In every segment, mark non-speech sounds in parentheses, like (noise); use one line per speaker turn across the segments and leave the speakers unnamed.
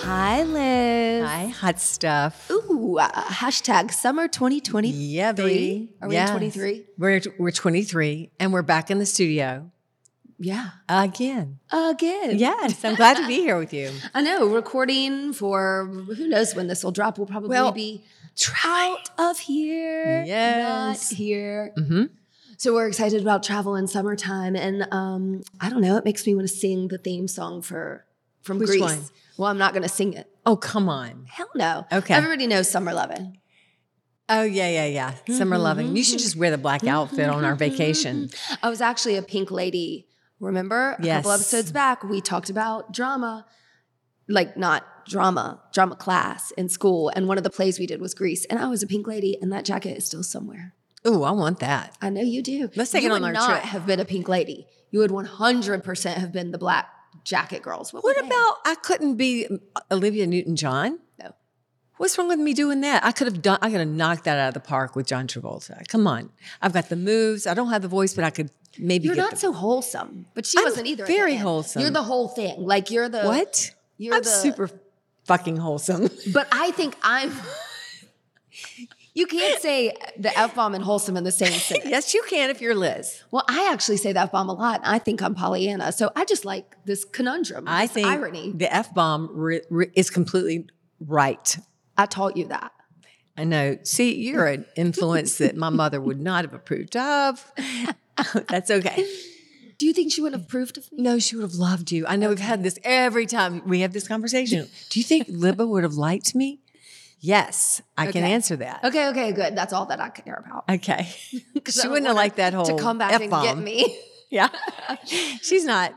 Hi, Liz.
Hi, hot stuff.
Ooh, uh, hashtag summer 2023.
Yeah, baby.
Are we in
Yes.
23?
We're we're 23, and we're back in the studio
Yeah.
again.
Again.
Yes, I'm glad to be here with (laughs) you.
I know, recording for who knows when this will drop. We'll probably
Well,
be out of here.
Yes.
Not here.
Mm-hmm.
So we're excited about travel and summertime. And um, I don't know, it makes me want to sing the theme song for from
Which
Greece.
one?
Well, I'm not gonna sing it.
Oh, come on.
Hell no.
Okay.
Everybody knows Summer Lovin'.
Oh yeah, yeah, yeah. Summer loving. You should just wear the black outfit on our vacation.
I was actually a pink lady. Remember? A couple
Mm. Yes.
episodes back, we talked about drama, like not drama, drama class in school. And one of the plays we did was Grease. And I was a pink lady, and that jacket is still somewhere.
(laughs) Ooh, I want that.
I know you do.
Let's take
you
it on
would
our
not
trip.
have been a pink lady. You would 100% have been the black jacket girls.
What
were they?
about I couldn't be uh, Olivia Newton John?
No.
What's wrong with me doing that? I could have done. I could have knocked that out of the park with John Travolta. Come on, I've got the moves. I don't have the voice, but I could maybe
You're
get
not
the-
so wholesome, but she
I'm
wasn't either. at the
very
end.
wholesome.
You're the whole thing. Like you're the
what?
You're
I'm
the-
super fucking wholesome.
But I think
(laughs)
I'm. you can't say the f bomb and wholesome in the same sentence.
yes, you can if you're Liz.
Well, I actually say that bomb a lot. and I think I'm Pollyanna. So I just like this conundrum,
I
this
think
irony.
the f bomb re- re- is completely right.
I taught you that.
I know. See, you're an influence that my mother would not have approved of. (laughs) That's okay.
Do you think she would have approved of me?
No, she would have loved you. I know we've had this every time we have this conversation. Do you think Libba would have liked me? Yes, I can
Okay.
answer that.
Okay, okay, good. That's all that I care about.
(laughs) Okay.
'Cause I
she
don't
wouldn't have
want
liked that
her
whole
to come back
Oh, F-bomb.
and get me (laughs)
(laughs) Yeah. She's not.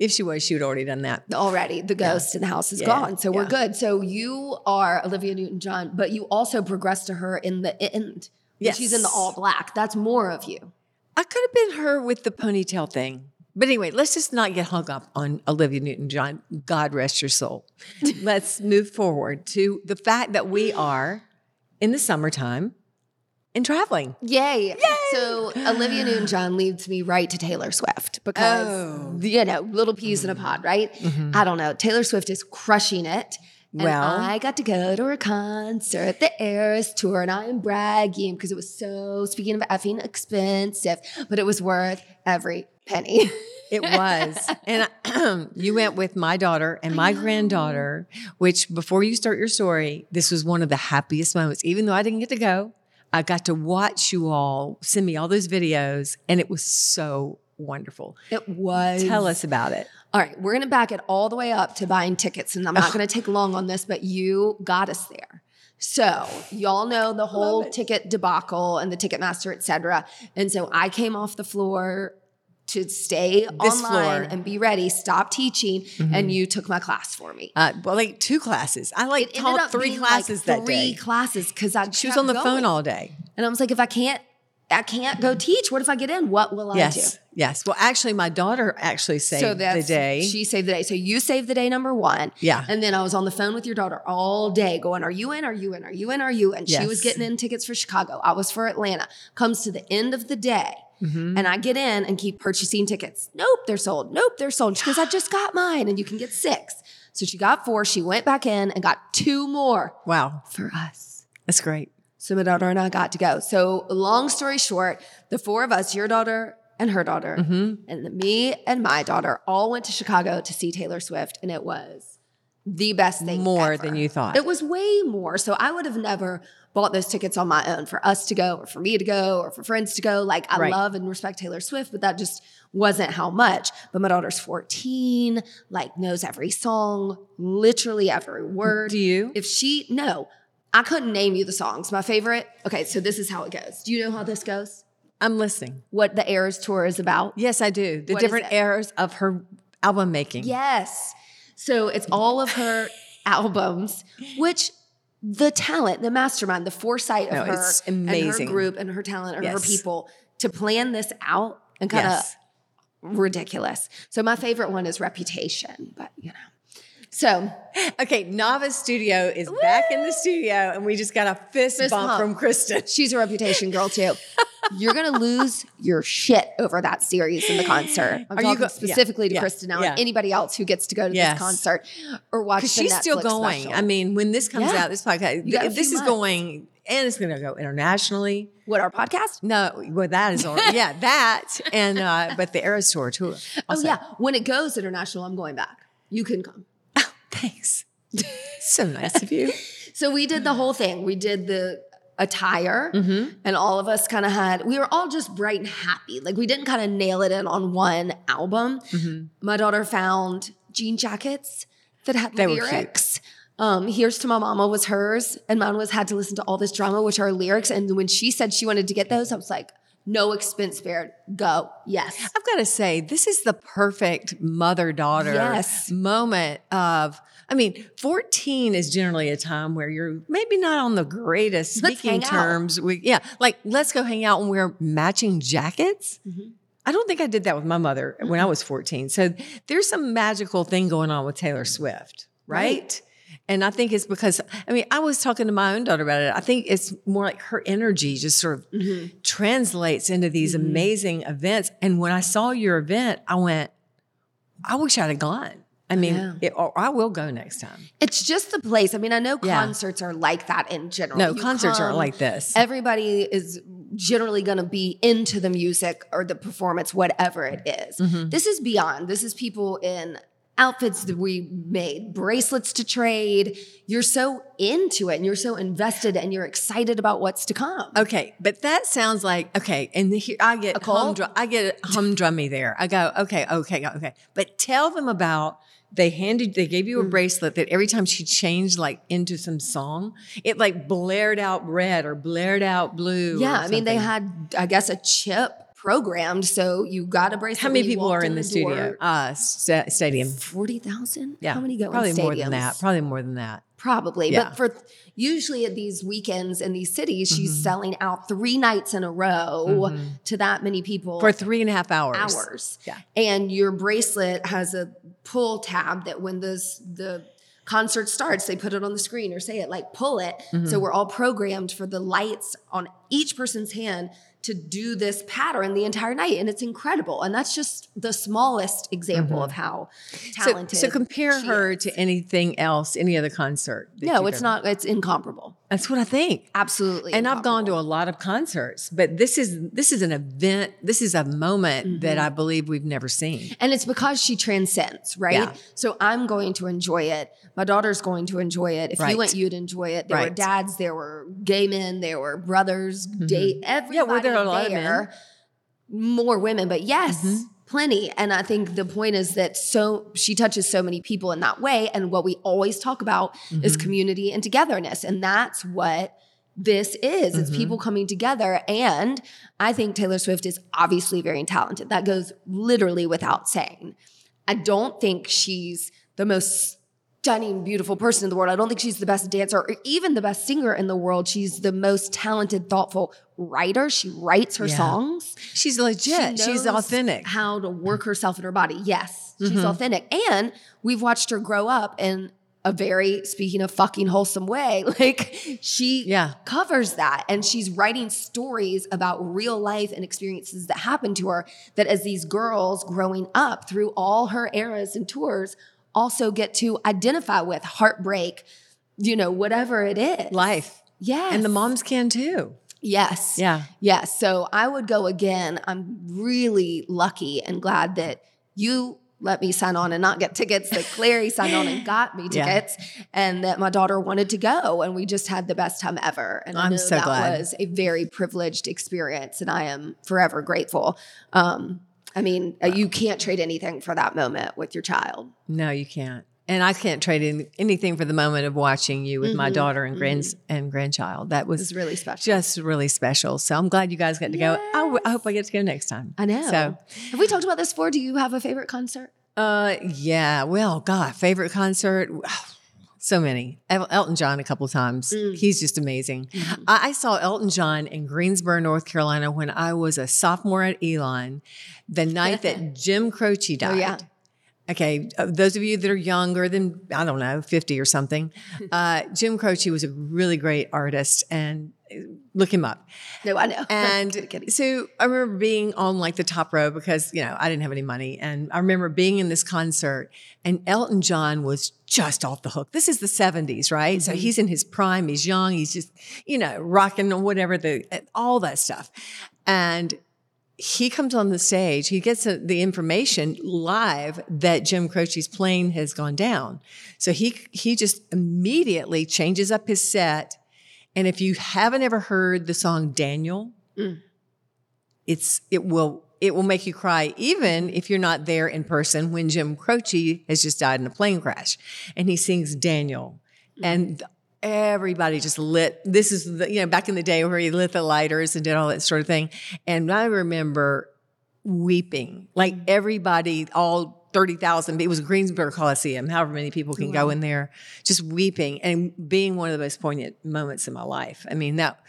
If she was, she would have already done that.
already. The ghost in the house is
Yeah,
gone, so we're
yeah.
good. So you are Olivia Newton-John, but you also progress to her in the end. when
Yes.
she's in the all black. That's more of you.
I could have been her with the ponytail thing. But anyway, let's just not get hung up on Olivia Newton John. God rest your (laughs) soul. let's move forward to the fact that we are in the summertime and traveling.
Yay. So Olivia Newton John leads me right to Taylor Swift because,
Oh. Mm-hmm.
you know, little peas in a pod, right? I don't know. Taylor Swift is crushing it. And
Well-
I got to go to her concert, the Eras tour, and I'm bragging because it was so, speaking of effing expensive, but it was worth every penny. (laughs)
It was. and (clears throat) you went with my daughter and my granddaughter, which before you start your story, this was one of the happiest moments. Even though I didn't get to go, I got to watch you all send me all those videos, and it was so wonderful.
It was.
Tell us about it.
All right, we're going to back it all the way up to buying tickets, and I'm not going to take long on this, but you got us there. So y'all know the whole
it.
ticket debacle and the Ticketmaster, et cetera. And so I came off the floor to stay
This
online
floor.
and be ready, stop teaching, and you took my class for me.
Uh, well, like two classes. I like
It ended
taught
up
three
being, like,
classes that
three
day.
classes because I
she was
kept
on the
going.
phone all day.
and I was like, if I can't, I can't go teach. What if I get in? What will I do?
Yes, yes. Well, actually, my daughter actually saved
so that's
the day.
She saved the day. So you saved the day number one.
Yeah.
And then I was on the phone with your daughter all day going, Are you in? Are you in? Are you in? Are you in? She was
Yes.
getting in tickets for Chicago. I was for Atlanta. Comes to the end of the day. And I get in and keep purchasing tickets. Nope, they're sold. Nope, they're sold. She goes, I just got mine and you can get six. So she got four. She went back in and got two more
wow,
for us.
that's great.
So my daughter and I got to go. So long story short, the four of us, your daughter and her daughter, and then me and my daughter, all went to Chicago to see Taylor Swift, and it was the best thing.
More
ever.
than you thought.
It was way more. So I would have never bought those tickets on my own for us to go, or for me to go, or for friends to go. Like I
Right.
love and respect Taylor Swift, but that just wasn't how much. But my daughter's 14, like knows every song, literally every word.
Do you?
If she, no, I couldn't name you the songs. My favorite, okay, so this is how it goes. Do you know how this goes?
I'm listening.
What the Eras tour is about?
Yes, I do. The
What is
different
it?
eras of her album making.
Yes. So it's all of her albums, which the talent, the mastermind, the foresight
No,
of her,
it's
and her
amazing.
group, and her talent, and her
Yes.
people to plan this out and kind of
Yes.
ridiculous. So my favorite one is Reputation, but you know. So
Okay, Novice Studio is back in the studio, and we just got a fist,
Fist
bump,
bump.
from Kristen.
she's a Reputation girl too. You're gonna lose your shit over that series in the concert. I'm
Are you
talking
go- yeah,
specifically to
yeah,
Kristen now
yeah.
and anybody else who gets to go to
Yes.
this concert or watch. The
Because she's still
Netflix
going.
special.
I mean, when this comes
Yeah.
out, this podcast,
You got a
th- this
few
is
months.
going, and it's going to go internationally.
what our podcast?
No, well, that is all.
(laughs)
yeah, that and uh, but the Eras Tour tour.
Oh
also.
yeah, when it goes international, I'm going back. You can come.
thanks. (laughs) so nice of you.
So we did the whole thing. We did the attire,
Mm-hmm.
and all of us kind of had, we were all just bright and happy. Like we didn't kind of nail it in on one album.
Mm-hmm.
My daughter found jean jackets that had
They were cute.
lyrics. Um, Here's to My Mama was hers, and mine was Had to Listen to All This Drama, which are lyrics. And when she said she wanted to get those, I was like, no expense spared. Go. Yes.
I've got to say, this is the perfect mother daughter
Yes.
moment of. I mean, 14 is generally a time where you're maybe not on the greatest
Let's
speaking
hang out.
terms. We, yeah, like let's go hang out and wear matching jackets.
Mhm.
I don't think I did that with my mother when I
Mm-hmm.
was 14. So there's some magical thing going on with Taylor Swift, right? And I think it's because, I mean, I was talking to my own daughter about it. I think it's more like her energy just sort of
Mhm.
translates into these
Mhm.
amazing events. And when I saw your event, I went, I wish I'd have gone. I mean,
Yeah.
it, or I will go next time.
It's just the place. I mean, I know
Yeah.
concerts are like that in general.
No,
You
concerts aren't
come,
like this.
everybody is generally going to be into the music or the performance, whatever it is.
Mhm.
This is beyond. This is people in outfits that we made, bracelets to trade. You're so into it and you're so invested and you're excited about what's to come.
Okay, but that sounds like okay, and here I get
A call?
humdrum, I get humdrummy there. I go, okay, okay, okay. But tell them about they handed, they gave you a bracelet that every time she changed like into some song, it like blared out red or blared out blue. or
yeah, I mean, they
something.
had, I guess, a chip programmed. So you got a bracelet.
How
when
many
you
people
walked
are in the, studio?
door.
Uh, sta- stadium.
40,000?
Yeah,
How many go
probably
in
more than that.
stadiums?
Probably more than that.
Probably.
Yeah.
But for usually at these weekends in these cities, she's
Mm-hmm.
selling out three nights in a row to that many people.
For three and a half hours.
hours.
Yeah.
And your bracelet has a pull tab that when this the concert starts, they put it on the screen or say it like pull it.
Mm-hmm.
So we're all programmed for the lights on each person's hand to do this pattern the entire night. And it's incredible. And that's just the smallest example of how
Mm-hmm. So,
talented.
so compare
she
her
is.
to anything else, any other concert. that
No,
you
it's
go-
not it's incomparable.
That's what I think.
Absolutely.
And I've gone to a lot of concerts, but this is this is an event. This is a moment
Mm-hmm.
that I believe we've never seen.
And it's because she transcends, right?
Yeah.
So I'm going to enjoy it. My daughter's going to enjoy it. If
Right.
you went, you'd enjoy it. There were
Right. Mm-hmm.
dads, there were gay men, there were brothers, date, everybody.
Yeah, were there a lot of Mm-hmm.
there. More women, but yes, plenty. And I think the point is that so she touches so many people in that way. And what we always talk about is
Mm-hmm.
community and togetherness. And that's what this is it's people coming together and i think taylor swift is obviously very talented that goes literally without saying i don't think she's the most stunning beautiful person in the world i don't think she's the best dancer or even the best singer in the world she's the most talented thoughtful writer she writes her
Yeah.
songs
She's legit.
she
She's
knows
authentic. Mm-hmm.
How to work herself in her body. Yes, she's authentic. And we've watched her grow up in a very, speaking of fucking wholesome way, (laughs) like she
Yeah.
covers that. And she's writing stories about real life and experiences that happened to her that as these girls growing up through all her eras and tours also get to identify with heartbreak, you know, whatever it is.
Life.
Yes.
And the moms can too.
Yes.
Yeah.
Yes. So I would go again. I'm really lucky and glad that you let me sign on and not get tickets, that Clary signed on and got me
(laughs) Yeah.
tickets, and that my daughter wanted to go. And we just had the best time ever. And I
I'm
know
so
that
glad.
was a very privileged experience, and I am forever grateful. Um, I mean, uh, you can't trade anything for that moment with your child.
No, you can't. And I can't trade in, anything for the moment of watching you with my daughter and grands and grandchild. That
It was
was
Mm-hmm. really special.
just really special. So I'm glad you guys got to go. I, w- I hope I get to go next time.
I know.
So,
have we talked about this before? Do you have a favorite concert?
uh, yeah. Well, God, favorite concert. (sighs) So many. El- Elton John a couple times.
Mm.
He's just amazing.
Mhm.
I, I saw Elton John in Greensboro, North Carolina, when I was a sophomore at Elon, the
(laughs)
night that Jim Croce died.
Oh, yeah.
Okay, uh, those of you that are younger than, I don't know, 50 or
(laughs)
something, uh, Jim Croce was a really great artist and uh, look him up.
No, I know. (laughs) Kidding,
And
kidding.
so I remember being on like the top row because, you know, I didn't have any money. And I remember being in this concert and Elton John was just off the hook. This is the 70s, right? So he's in his prime, he's young, he's just, you know, rocking whatever the, all that stuff. And he comes on the stage, he gets uh, the information live that Jim Croce's plane has gone down. So he he just immediately changes up his set. And if you haven't ever heard the song Daniel,
Mm.
it's it will it will make you cry even if you're not there in person when Jim Croce has just died in a plane crash and he sings Daniel and th- everybody just lit this is the you know back in the day where he lit the lighters and did all that sort of thing and I remember weeping like
Mm.
everybody all 30,000 it was Greensboro Coliseum however many people can go in there just weeping and being one of the most poignant moments in my life I mean that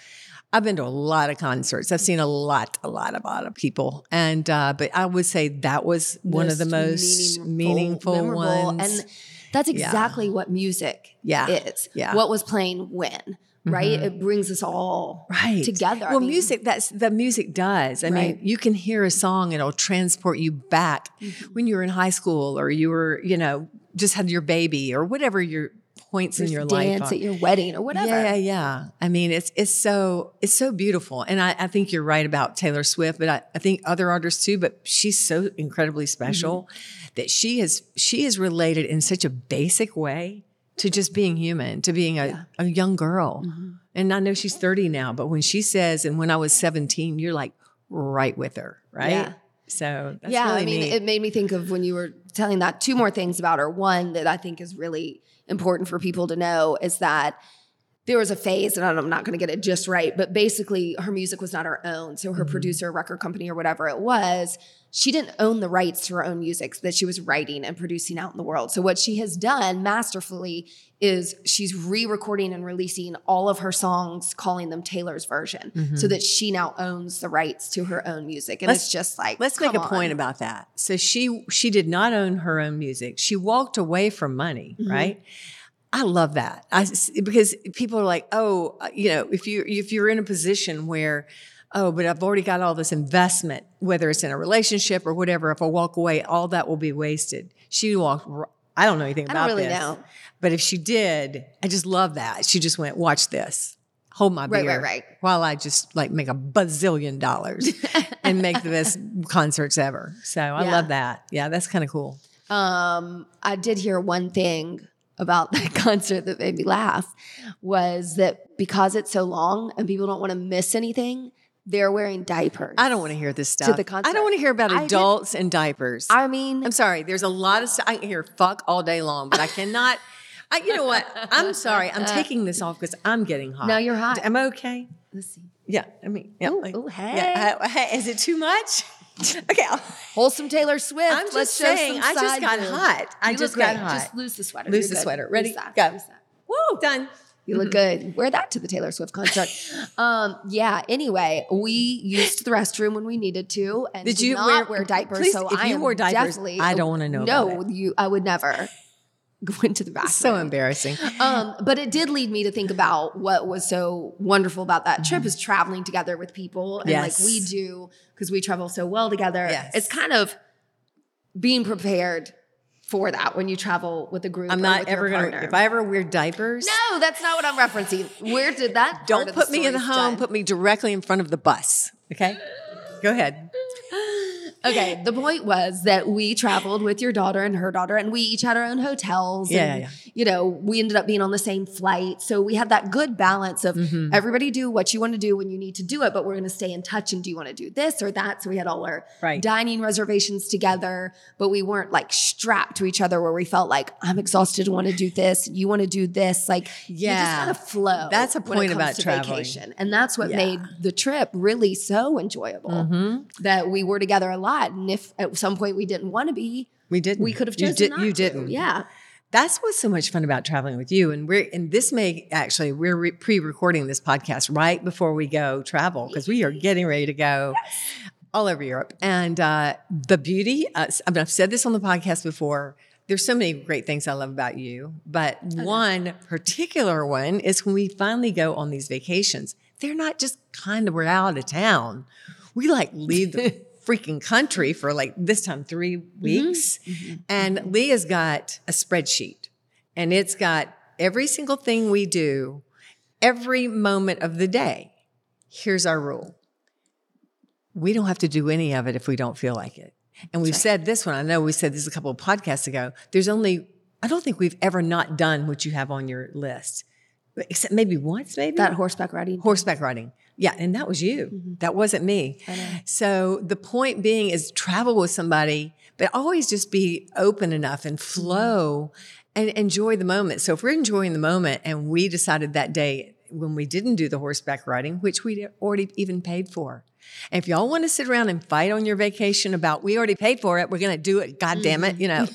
I've been to a lot of concerts. I've seen a lot, a lot, a lot of people, and uh, but I would say that was one of the most meaningful,
memorable,
ones.
And that's exactly what music
Yeah.
is.
Yeah. Mm-hmm.
What was playing when, right? It brings us all
right
together. I
Well,
mean-
music that's the music does. I
Right.
mean, you can hear a song and it'll transport you back
Mm-hmm.
when you were in high school or you were, you know, just had your baby or whatever your points in your life.
dance
are.
at your wedding or whatever.
Yeah, yeah, yeah. I mean, it's it's so it's so beautiful, and I, I think you're right about Taylor Swift, but I, I think other artists too. But she's so incredibly special
Mm-hmm.
that she has she is related in such a basic way to just being human, to being a, a young girl.
Mm-hmm.
And I know she's 30 now, but when she says, "And when I was 17," you're like right with her, right?
Yeah.
So that's
yeah,
really
I mean,
neat.
it made me think of when you were telling that two more things about her. One that I think is really important for people to know is that there was a phase, and I'm not going to get it just right, but basically her music was not her own. So
Mm-hmm.
her producer, record company, or whatever it was, she didn't own the rights to her own music that she was writing and producing out in the world. So what she has done masterfully is she's re-recording and releasing all of her songs, calling them Taylor's version, so that she now owns the rights to her own music. And
Mm-hmm. Let's-
it's just like
Let's make
come
a point
on.
about that. So she she did not own her own music. She walked away from money,
Mm-hmm.
right? I love that. I s- because people are like, "Oh, uh, you know, if you if you're in a position where oh, but I've already got all this investment, whether it's in a relationship or whatever, if I walk away, all that will be wasted." She walked r- I don't know anything
I
about
don't really
this.
know.
But if she did, I just love that. She just went, "Watch this." Hold my
Right,
beer
right, right.
while I just like make a
(laughs)
bazillion dollars and make the best concerts ever. So I
Yeah.
love that. Yeah, that's kind of cool.
Um, I did hear one thing about (laughs) that concert that made me laugh was that because it's so long and people don't want to miss anything, they're wearing diapers.
I don't want to hear this stuff.
the
I
concert.
don't want to hear about
I did-
adults and diapers. I,
I mean,
am sorry. There's a lot of stuff. I can hear fuck all day long, but I cannot. I, you know what? I'm sorry.
(laughs)
I'm taking this off because I'm getting hot.
now you're hot.
Am I okay?
Let's see.
Yeah. I mean, yeah. like-
ooh, hey.
Yeah, I- hey, is it too much? (laughs) okay. I'll-
Wholesome Taylor Swift.
I'm
Let's
just
show some
saying. I just
side
got
boob.
hot. I
You look
just got
great.
hot.
Just lose the sweater.
Lose
You're
the
good.
sweater. Ready?
Lose that.
Go.
Lose that.
Woo. Done.
You look
Mm-hmm.
good. Wear that to the Taylor Swift
(laughs)
concert. um, yeah. Anyway, we used the restroom when we needed to, and did,
Did you
not wear,
wear-
diapers?
please,
so
if
I
you
am
wore diapers,
definitely-
I don't wanna know
No,
about
you. I would never (laughs) go into the bathroom.
So embarrassing.
um, but it did lead me to think about what was so wonderful about that trip is traveling together with people, and
Mm-hmm. Yes.
like we do because we travel so well together.
Yes.
It's kind of being prepared for that when you travel with a group.
I'm
or
not
with your
ever going
partner.
to. If I ever wear diapers,
No, that's not what I'm referencing. Where did that? part
don't
of the
put me in the
story
home.
stand?
Put me directly in front of the bus. Okay, go ahead.
okay. The point was that we traveled with your daughter and her daughter, and we each had our own hotels.
Yeah,
and,
yeah,
You know, we ended up being on the same flight, so we had that good balance of everybody do what you want to do when you need to do it, but we're going to stay in touch. And do you want to do this or that? So we had all our
Right.
dining reservations together, but we weren't like strapped to each other where we felt like I'm exhausted, want to do this, you want to do this. Like, you just
Yeah.
kind of flow.
That's a
when it
point
comes
about
to
traveling.
vacation. and that's what
Yeah.
made the trip really so enjoyable that we were together a lot. And if at some point we didn't want to be,
We didn't.
we could have
You
chosen
did-
not
you
to.
didn't.
Yeah.
That's what's so much fun about traveling with you. And we're, and this may actually, we're re- pre recording this podcast right before we go travel because we are getting ready to go all over Europe. And uh, the beauty, uh, s- I mean, I've said this on the podcast before. There's so many great things I love about you, but one particular one is when we finally go on these vacations. They're not just kind of we're out of town. We like leave the freaking country for like this time three weeks, and Leah's got a spreadsheet, and it's got every single thing we do, every moment of the day. Here's our rule we don't have to do any of it if we don't feel like it. And we've said this one, I know we said this a couple of podcasts ago. There's only, I don't think we've ever not done what you have on your list, except maybe once, maybe
That horseback riding. Mm-hmm.
horseback riding. Yeah, and that was you. That wasn't me. So the point being is travel with somebody, but always just be open enough and
Mm-hmm.
flow and enjoy the moment. So if we're enjoying the moment and we decided that day when we didn't do the horseback riding, which we'd already even paid for. And if y'all want to sit around and fight on your vacation about we already paid for it, we're going to do it, god damn
Mm-hmm.
it,
(laughs)
you know,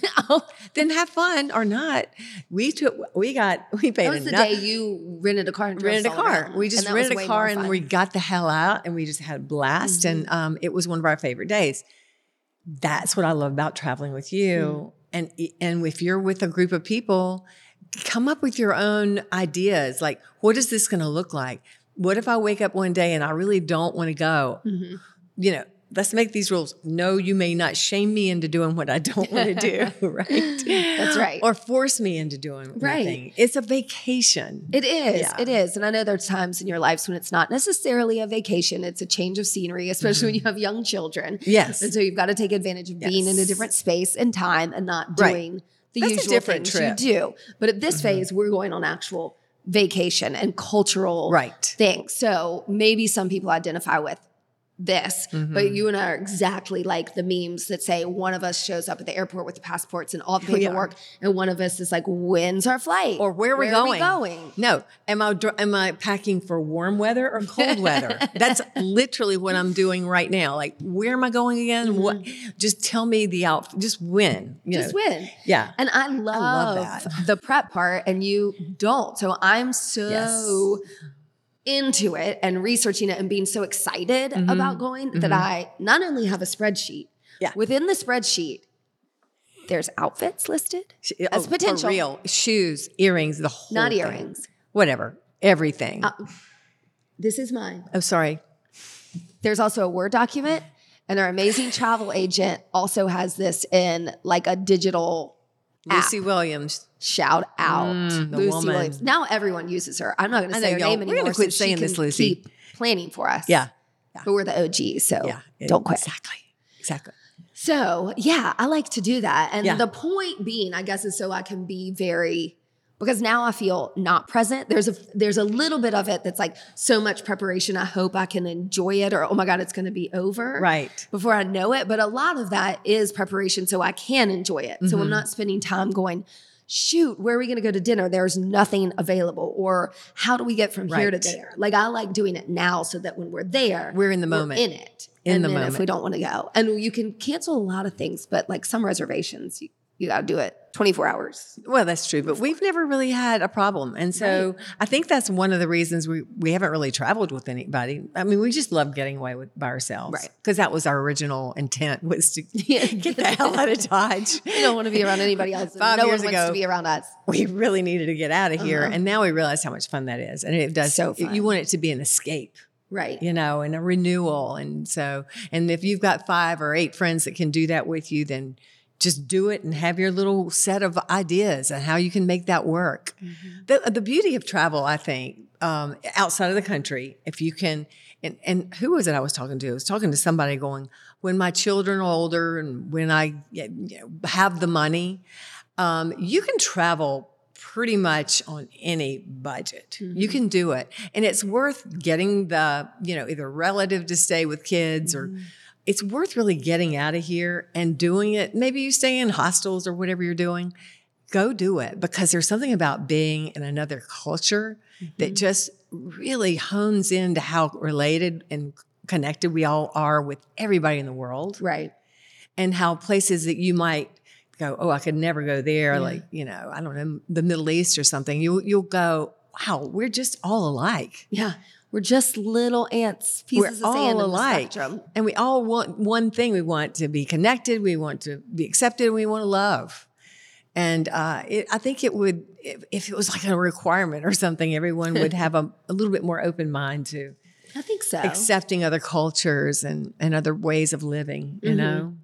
then have fun or not. We took, we got, we paid
That was the
enough-
day you rented a car and drove
rented a
us all
car.
around.
We just
And that was
rented
way
a car
more
and
fun. Mm-hmm.
we got the hell out and we just had a blast. And um, it was one of our favorite days. That's what I love about traveling with you.
Mm-hmm.
And e, and if you're with a group of people, come up with your own ideas. Like, what is this going to look like? What if I wake up one day and I really don't want to go?
Mm-hmm.
You know, let's make these rules. No, you may not shame me into doing what I don't want
(laughs)
to do, (laughs) right? That's
right.
Or force me into doing
Right.
Nothing. It's a vacation.
It is.
Yeah.
It is. And I know there's times in your lives when it's not necessarily a vacation, it's a change of scenery, especially when you have young children.
Yes.
And so you've got to take advantage of being in a
Yes.
different space and time and not
Right.
doing the
That's a
usual
different
things
trip. Mm-hmm.
you do. But at this phase, we're going on actual vacation and cultural
Right.
things. So maybe some people identify with this, but
Mm-hmm.
you and I are exactly like the memes that say one of us shows up at the airport with the passports and
(laughs)
all the
We are.
paperwork, and one of us is like, when's our flight?
or where are we
where
going?
Are we going?
No, am I dr- am I packing for warm weather or
(laughs)
cold weather? That's literally what I'm doing right now. Like, where am I going again? What? Just tell me the outfit. Just when.
Mm-hmm.
you
Just
know.
win.
Yeah.
And I love,
that.
the prep part, and you don't. So I'm so into it and researching it and being so excited about going that I not only have a spreadsheet,
Yeah.
within the spreadsheet, there's outfits listed,
Sh- oh,
That's
for
potential.
real. Shoes, earrings, the whole
not
thing.
earrings. Uh,
Whatever. Everything.
This is mine.
oh, sorry.
There's also a Word document, and our amazing travel agent also has this in like a digital app.
Lucy Williams.
Shout out
the
Lucy
woman.
Williams. Now everyone uses her. I'm not going
I
to
know,
say her
y'all.
name
We're
anymore.
gonna quit
so she
saying
can
this, Lucy.
Keep planning for us.
Yeah.
But we're the OGs, so
Yeah.
Oh, don't quit.
Exactly. Exactly.
So yeah, I like to do that. And
Yeah.
the point being, I guess, is so I can be very because now I feel not present. There's a there's a little bit of it that's like so much preparation. I hope I can enjoy it, or oh my god, it's going to be over
Right.
before I know it. But a lot of that is preparation so I can enjoy it. So
Mm-hmm.
I'm not spending time going, shoot, where are we going to go to dinner? There's nothing available. Or how do we get from here to
Right.
there? Like I like doing it now so that when we're there,
We're in the moment.
in it.
In
and
the
then if
moment.
we don't want to go. And you can cancel a lot of things, but like some reservations, you, you got to do it 24 hours.
Well, that's true, but we've never really had a problem. And so I think that's one of the reasons we, we haven't really traveled with anybody. I mean, we just love getting away with, by ourselves.
Right.
Because that was our original intent was to
(laughs) Yeah.
(laughs) get the hell out of Dodge.
(laughs) You don't want to be around anybody
(laughs)
else. and
Five
no
years
one wants
ago.
to be around us.
We really needed to get out of here. And now we realize how much fun that is. And it does.
So
You
fun.
want it to be an escape,
Right.
you know, and a renewal. And so, and if you've got five or eight friends that can do that with you, then just do it and have your little set of ideas and how you can make that work. The, the beauty of travel, I think, um, outside of the country, if you can, and, and who was it I was talking to? I was talking to somebody going, when my children are older and when I you know, have the money, um, you can travel pretty much on any budget. You can do it. And it's worth getting the, you know, either relative to stay with kids or
Mm-hmm.
it's worth really getting out of here and doing it. Maybe you stay in hostels or whatever you're doing go do it because there's something about being in another culture
Mm-hmm.
that just really hones into how related and connected we all are with everybody in the world
Mm-hmm. Right.
and how places that you might go, oh, I could never go there.
Yeah.
Like, you know, I don't know, the Middle East or something. You, you'll go, wow, we're just all alike.
Yeah. We're just little ants,
We're
pieces of sand
all
in the
alike.
spectrum.
And we all want one thing. We want to be connected. We want to be accepted. We want to love. And uh, it, I think it would, if, if it was like a requirement or something,
(laughs)
everyone would have a, a little bit more open mind to
I think so.
accepting other cultures and, and other ways of living, you
Mhm.
know?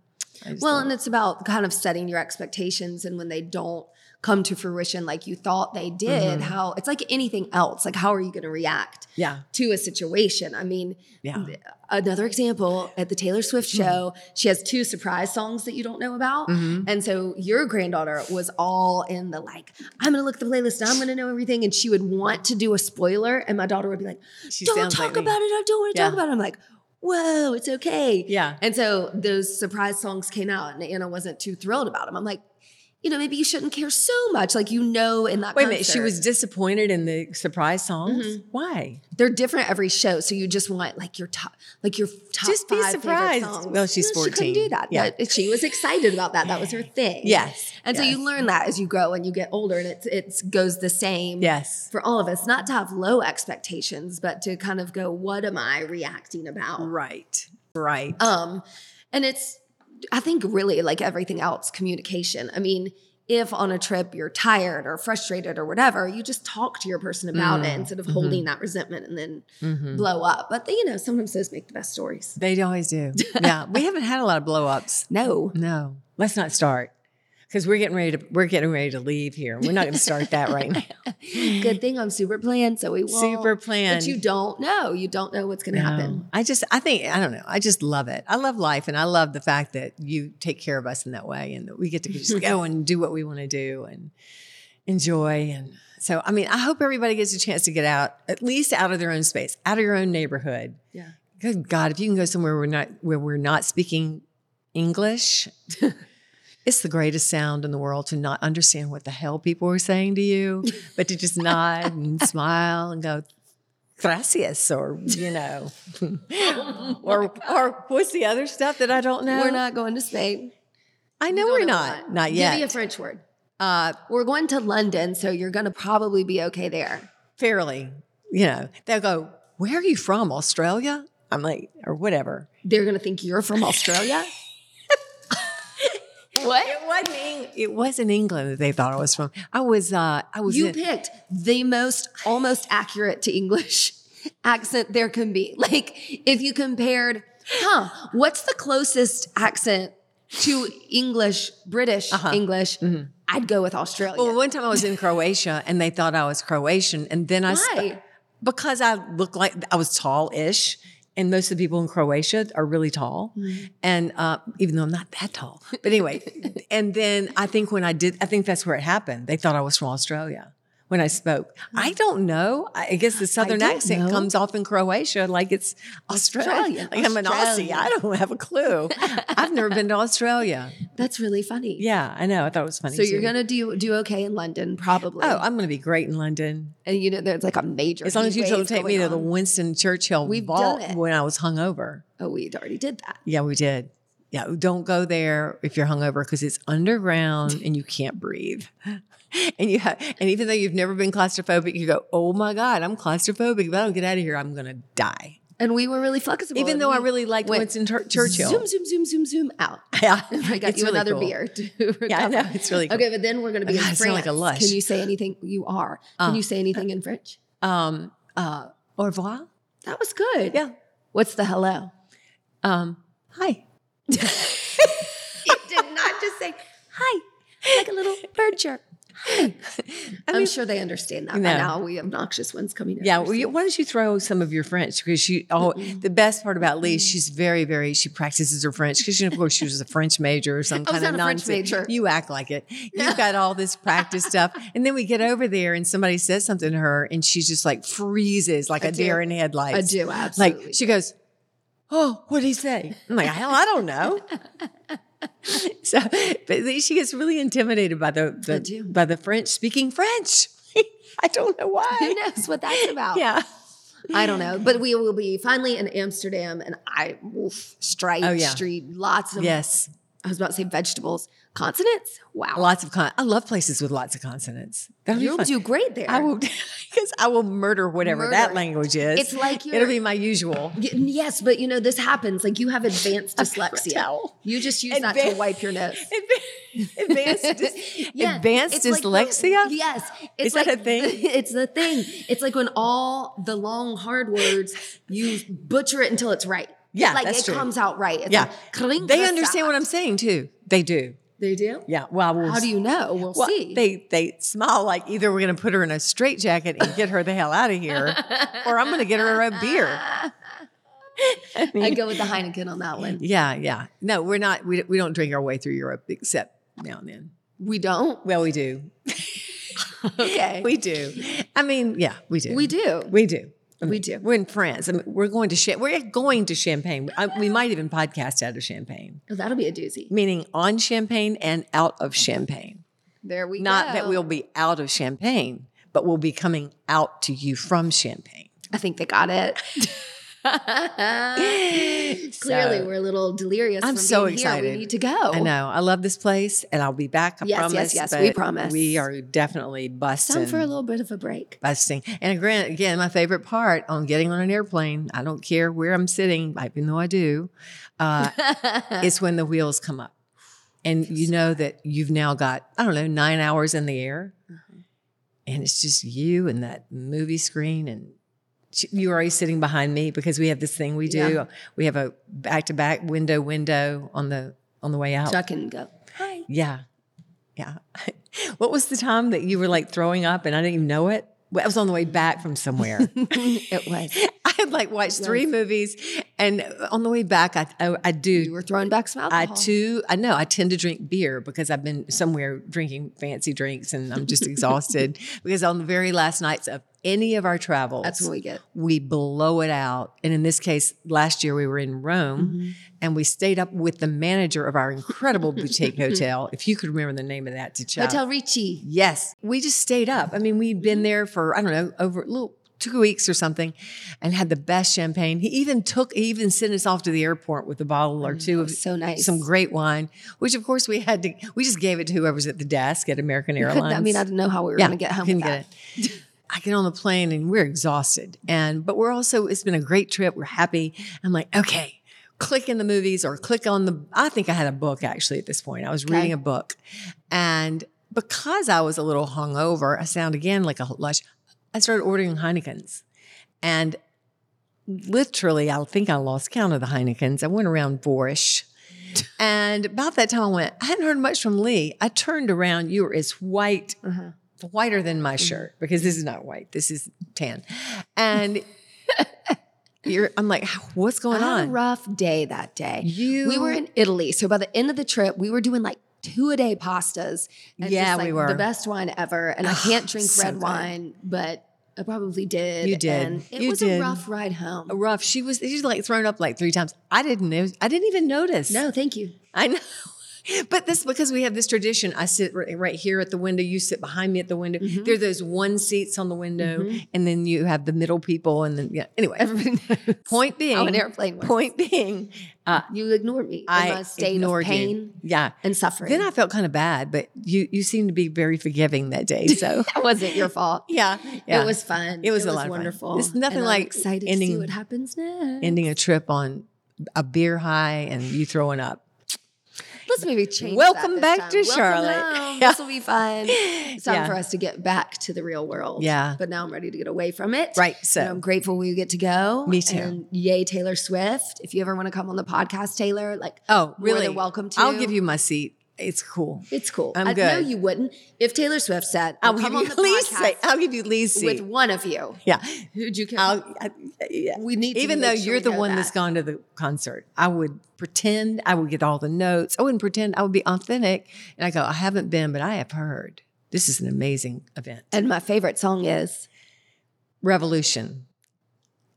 I just
well,
love
and
it.
it's about kind of setting your expectations and when they don't come to fruition like you thought they did,
Mhm.
how it's like anything else. Like, how are you going to react
yeah,
to a situation? I mean,
yeah. Mm-hmm.
another example at the Taylor Swift show, she has two surprise songs that you don't know about.
Mhm.
And so your granddaughter was all in the like, I'm gonna look at the playlist and I'm gonna know everything. And she would want to do a spoiler, and my daughter would be like,
She
Don't
sounds
talk
like me.
about it. I don't want to
Yeah.
talk about it. I'm like, whoa, it's okay.
Yeah.
And so those surprise songs came out, and Anna wasn't too thrilled about them. I'm like, you know, maybe you shouldn't care so much. Like you know, in that
Wait a minute. She
concert- Mm-hmm.
was disappointed in the surprise songs. Why?
they're different every show. So you just want like your top, like your top.
Just be
five favorite
surprised.
songs.
Well, she's
No, She couldn't
14.
do that.
Yeah.
That- she was excited about that. That was her thing.
Yes.
And so
Yes.
you learn that as you grow and you get older, and it's it goes the same.
Yes.
For all of us, not to have low expectations, but to kind of go, what am I reacting about?
Right. Right.
Um, and it's, I think, really like everything else, communication. I mean, if on a trip you're tired or frustrated or whatever, you just talk to your person about it
Mm,
instead of
mhm.
holding that resentment and then
Mhm.
blow up. But you know, sometimes those make the best stories.
(laughs) They
(laughs)
always do. Yeah. we haven't had a lot of blow ups. (gasps)
No.
No. Let's not start. Because we're getting ready to we're getting ready to leave here. We're not going to start that
(laughs)
right now.
Good thing I'm super planned, so we won't.
Super plan.
But you don't know. You don't know what's going to
No.
happen.
I just I think I don't know. I just love it. I love life and I love the fact that you take care of us in that way and that we get to
(laughs)
just go and do what we want to do and enjoy and so I mean, I hope everybody gets a chance to get out at least out of their own space, out of your own neighborhood.
Yeah.
Good God, if you can go somewhere we're not where we're not speaking English, it's the greatest sound in the world to not understand what the hell people are saying to you, but to just nod
(laughs)
and smile and go, gracias, or
(laughs)
you know, or or what's the other stuff that I don't know?
We're not going to Spain.
I know
Don't
we're
know
not.
why.
Not
Give me a
yet.
French word.
uh,
We're going to London, so you're going to probably be okay there.
fairly, you know, they'll go. Where are you from? Australia? I'm like, or whatever.
They're going to think you're from
(laughs)
Australia. what?
It wasn't. Eng- It wasn't England that they thought I was from. I was. Uh, I was.
You
in-
picked the most almost accurate to English (laughs) accent there can be. Like if you compared, huh, what's the closest accent to English, British English? I'd go with Australia.
Uh-huh. Mm-hmm. Well, one time I was in Croatia and they thought I was Croatian. And then I, sp-
Why?
because I look like I was tall ish. And most of the people in Croatia are really tall.
Mm-hmm.
And uh, even though I'm not that tall. But anyway, (laughs) and then I think when I did, I think that's where it happened. They thought I was from Australia when I spoke. I don't know. I I guess the Southern
Hmm. don't
accent
know.
comes off in Croatia like it's Australia.
Australia,
(laughs) Like I'm an Aussie.
Australia.
I don't have a clue. I've never been to Australia.
That's really funny.
Yeah, I know. I thought it was funny.
So you're
too.
gonna do do okay in London, probably.
Oh, I'm going to be great in London.
and you know there's like a major.
As long as you
heat
don't
wave
take me
going
to the
on.
Winston Churchill
We've
vault
done it.
when I was hungover.
Oh, we already did that.
Yeah, we did. Yeah, don't go there if you're hungover because it's underground and you can't breathe. (laughs) And you have, and even though you've never been claustrophobic, you go, "Oh my God, I'm claustrophobic. If I don't get out of here, I'm gonna die."
And we were really flexible.
even
and
though I
we
really liked
went
Winston Tur- Churchill.
Zoom, zoom, zoom, zoom, zoom out. (laughs)
(laughs) Yeah,
I got
it's
you
really
another
cool.
beer. (laughs) To
Yeah, I
recover.
know it's really cool.
Okay, but then we're going to be in
God, I
France.
sound like a lush.
Can you say anything? You are. Can
Uh.
you say anything in French?
Um, uh, au revoir.
That was good.
Yeah.
What's the hello?
Um, hi.
(laughs) It did not just say hi, like a (laughs) little bird chirp.
I
(laughs) I'm
mean,
sure they understand that.
No.
by now we obnoxious ones coming. in.
Yeah, well, you, why don't you throw some of your French? Because she, oh, the best part about Lee, she's very, very, she practices her French. Because, you know, of course, she was a French major or some
(laughs) I was
kind
not
of
a French
nonsense.
major.
You act like it. You've got all this practice stuff. And then we get over there and somebody says something to her and she just like freezes like
I
a
do.
deer in
I (laughs)
headlights.
do
Like
absolutely.
she goes, Oh, what did he say? I'm like, Hell, I
(laughs)
don't know. so, but she gets really intimidated by the,
I
the
do.
by the French speaking French. (laughs) I don't know
Who
why.
knows what (laughs) that's about?
Yeah.
I don't know. But we will be finally in Amsterdam, and I oof, Strike
Oh, yeah.
Street, lots of
Yes.
I was about to say vegetables, consonants. Wow.
Lots of con. I love places with lots of consonants. That'll
You'll
be fun.
do great there.
I will (laughs) because I will murder whatever
Murder
that
it.
language is.
It's like you're-
it'll be my usual.
Y- Yes, but you know, this happens. Like you have advanced dyslexia.
towel.
You just use that to
Advan-
wipe your nose.
(laughs)
(laughs)
Advanced, dys-
Yeah,
(laughs) advanced
it's like when-
dyslexia.
yes.
Is that a thing?
(laughs) It's the thing. It's like when all the long, hard words, you butcher it until it's right.
Yeah,
Like
that's
it
true.
comes out right. It's
Yeah.
like, kring-
they understand what I'm saying too. They do.
They do?
Yeah. Well, we'll
How do you know? We'll,
well,
see.
They they smile like either we're going to put her in a straitjacket and get her the hell out of here, or I'm going to
(laughs)
get her a beer.
I go with the Heineken on that
(laughs)
one.
Yeah, yeah. No, we're not. We, we don't drink our way through Europe except now and then.
We don't.
Well, we do.
Okay.
(laughs) We do. I mean, yeah, we do.
We do.
We do.
We do.
We're in France. I mean, we're going to Cha- we're going to Champagne. I, we might even podcast out of Champagne,
Oh, that'll be a doozy.
meaning on Champagne and out of Champagne.
There we go.
Not that we'll be out of Champagne, but we'll be coming out to you from Champagne.
I think they got it. (gasps) (laughs) Clearly,
So-
we're a little delirious.
I'm
from
so
being here.
excited.
We need to go.
I know. I love this place, and I'll be back. I
Yes, yes,
promise.
yes,
but
we promise.
We are definitely
It's
busting.
time for a little bit of a
(laughs)
break. (laughs)
busting. And again, again, my favorite part on getting on an airplane, I don't care where I'm sitting, even though I do, uh, is when the wheels come up. And you know that you've now got, I don't know, nine hours in the air. And it's just you and that movie screen. And sh- you're already sitting behind me because we have this thing we do.
Yeah.
We have a back to back window window on the on the way out.
Chuck and go. Hi.
Yeah. Yeah. (laughs) what was the time that you were like throwing up and I didn't even know it? Well, I was on the way back
(laughs)
from somewhere.
(laughs)
(laughs)
it was.
I had like watched three movies and on the way back, I, I, I
You
do.
were throwing back some
I
alcohol.
too, I know I tend to drink beer because I've been somewhere drinking fancy drinks and
(laughs)
I'm just exhausted because on the very last nights of any of our travels,
That's what we get.
we blow it out. And in this case, last year we were in Rome
Mm-hmm.
and we stayed up with the manager of our
(laughs)
incredible boutique hotel. If you could remember the name of that, to chat.
Hotel Mm-hmm. Ricci. (laughs)
Yes. We just stayed up. I mean, we'd been there for, I don't know, over a little two weeks or something and had the best champagne. He even took, he even sent us off to the airport with a bottle or two of
Mm, So nice.
some great wine, which of course we had to, we just gave it to whoever was at the desk at American Airlines.
(laughs) I mean, I didn't know how we were going to get home.
Couldn't
with that.
get it. I get on the plane and we're exhausted. And but we're also it's been a great trip. We're happy. I'm like, okay, click in the movies or click on the I think I had a book actually at this point. I was reading a book. And because I was a little hungover, I sound again like a lush. I started ordering Heineken's. And literally, I think I lost count of the Heineken's. I went
(laughs)
around fourish. And about that time, I went, I hadn't heard much from Lee. I turned around. You were as white
Uh-huh.
whiter than
Mm-hmm.
my shirt because this is not white. This is tan.
(laughs)
And you're, I'm like, what's going
I had a
on?
rough day that day.
You-
we were in Italy, so by the end of the trip, we were doing like two a day pastas. And
Yeah,
just, like,
we were.
the best wine ever. And I can't drink
so
red
good.
wine, but I probably did.
You did.
And it
You
was
did.
a rough ride home.
Rough. She was. She's like thrown up like three times. I didn't know. I didn't even notice.
No, thank you.
I know. (laughs) But this because we have this tradition. I sit right, right here at the window. You sit behind me at the window.
Mm-hmm.
There are those one seats on the window, and then you have the middle people. And then yeah. Anyway, point being,
How an airplane works.
Point being, uh,
You ignored me in
I
my state
ignored
of pain
you. Yeah.
and suffering. (laughs)
Then I felt kind of bad, but you you seemed to be very forgiving that
(laughs)
day. So
that wasn't your fault.
yeah, (laughs) yeah.
It was fun.
It was a lot of fun.
wonderful.
It's nothing
And I'm
like
excited to
ending-
see what happens next.
ending a trip on a beer high and you throwing up.
Let's maybe change. that
Welcome
this
back
time.
to Charlotte.
Home.
Yeah.
This will be fun. It's time
Yeah.
for us to get back to the real world.
Yeah.
But now I'm ready to get away from it.
Right,
And
so-
I'm grateful we get to go.
Me too.
And yay, Taylor Swift. If you ever want to come on the podcast, Taylor, like
Oh,
more
really?
than welcome to.
I'll give you my seat. It's cool.
It's cool.
I'm
I know
good.
you wouldn't. If Taylor Swift said, "I'll come
(laughs)
on the
Lee's seat.
podcast
I'll give you Lee's
with
seat.
one of you," (laughs)
yeah.
who'd you? Care?
I'll, I, yeah.
we need. to
Even
make
though
sure
you're
we
the
know
one
that.
that's gone to the concert, I would pretend I would get all the notes. I wouldn't pretend I would be authentic. And I go, I haven't been, but I have heard. This is an amazing event.
And my favorite song is
Revolution.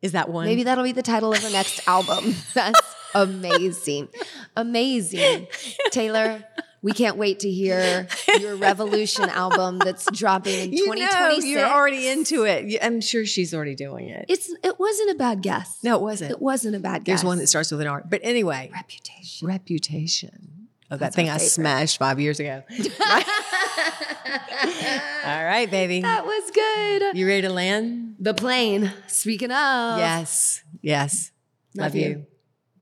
Is that one?
Maybe that'll be the title of her
(laughs)
next album. (laughs) That's amazing. Amazing. Taylor, we can't wait to hear
(laughs)
your Revolution album that's dropping in
you know
2026.
you're already into it. You- I'm sure she's already doing it.
it's it wasn't a bad guess.
no, it wasn't.
It wasn't a bad
There's
guess.
one that starts with an R. But anyway,
reputation.
reputation. of
That's
that thing
my
I
favorite.
smashed five years
(laughs)
ago. All right, baby.
that was good.
You ready to land?
The plane. Speaking of.
Yes. Yes.
Love
Love,
you.
you.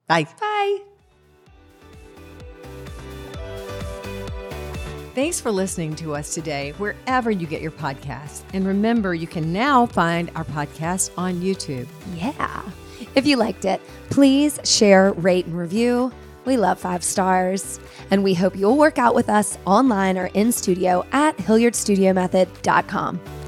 Bye.
Bye.
Thanks for listening to us today, wherever you get your podcasts. And remember, you can now find our podcast on YouTube.
Yeah. If you liked it, please share, rate, and review. We love five stars. And we hope you'll work out with us online or in studio at HilliardStudioMethod.com.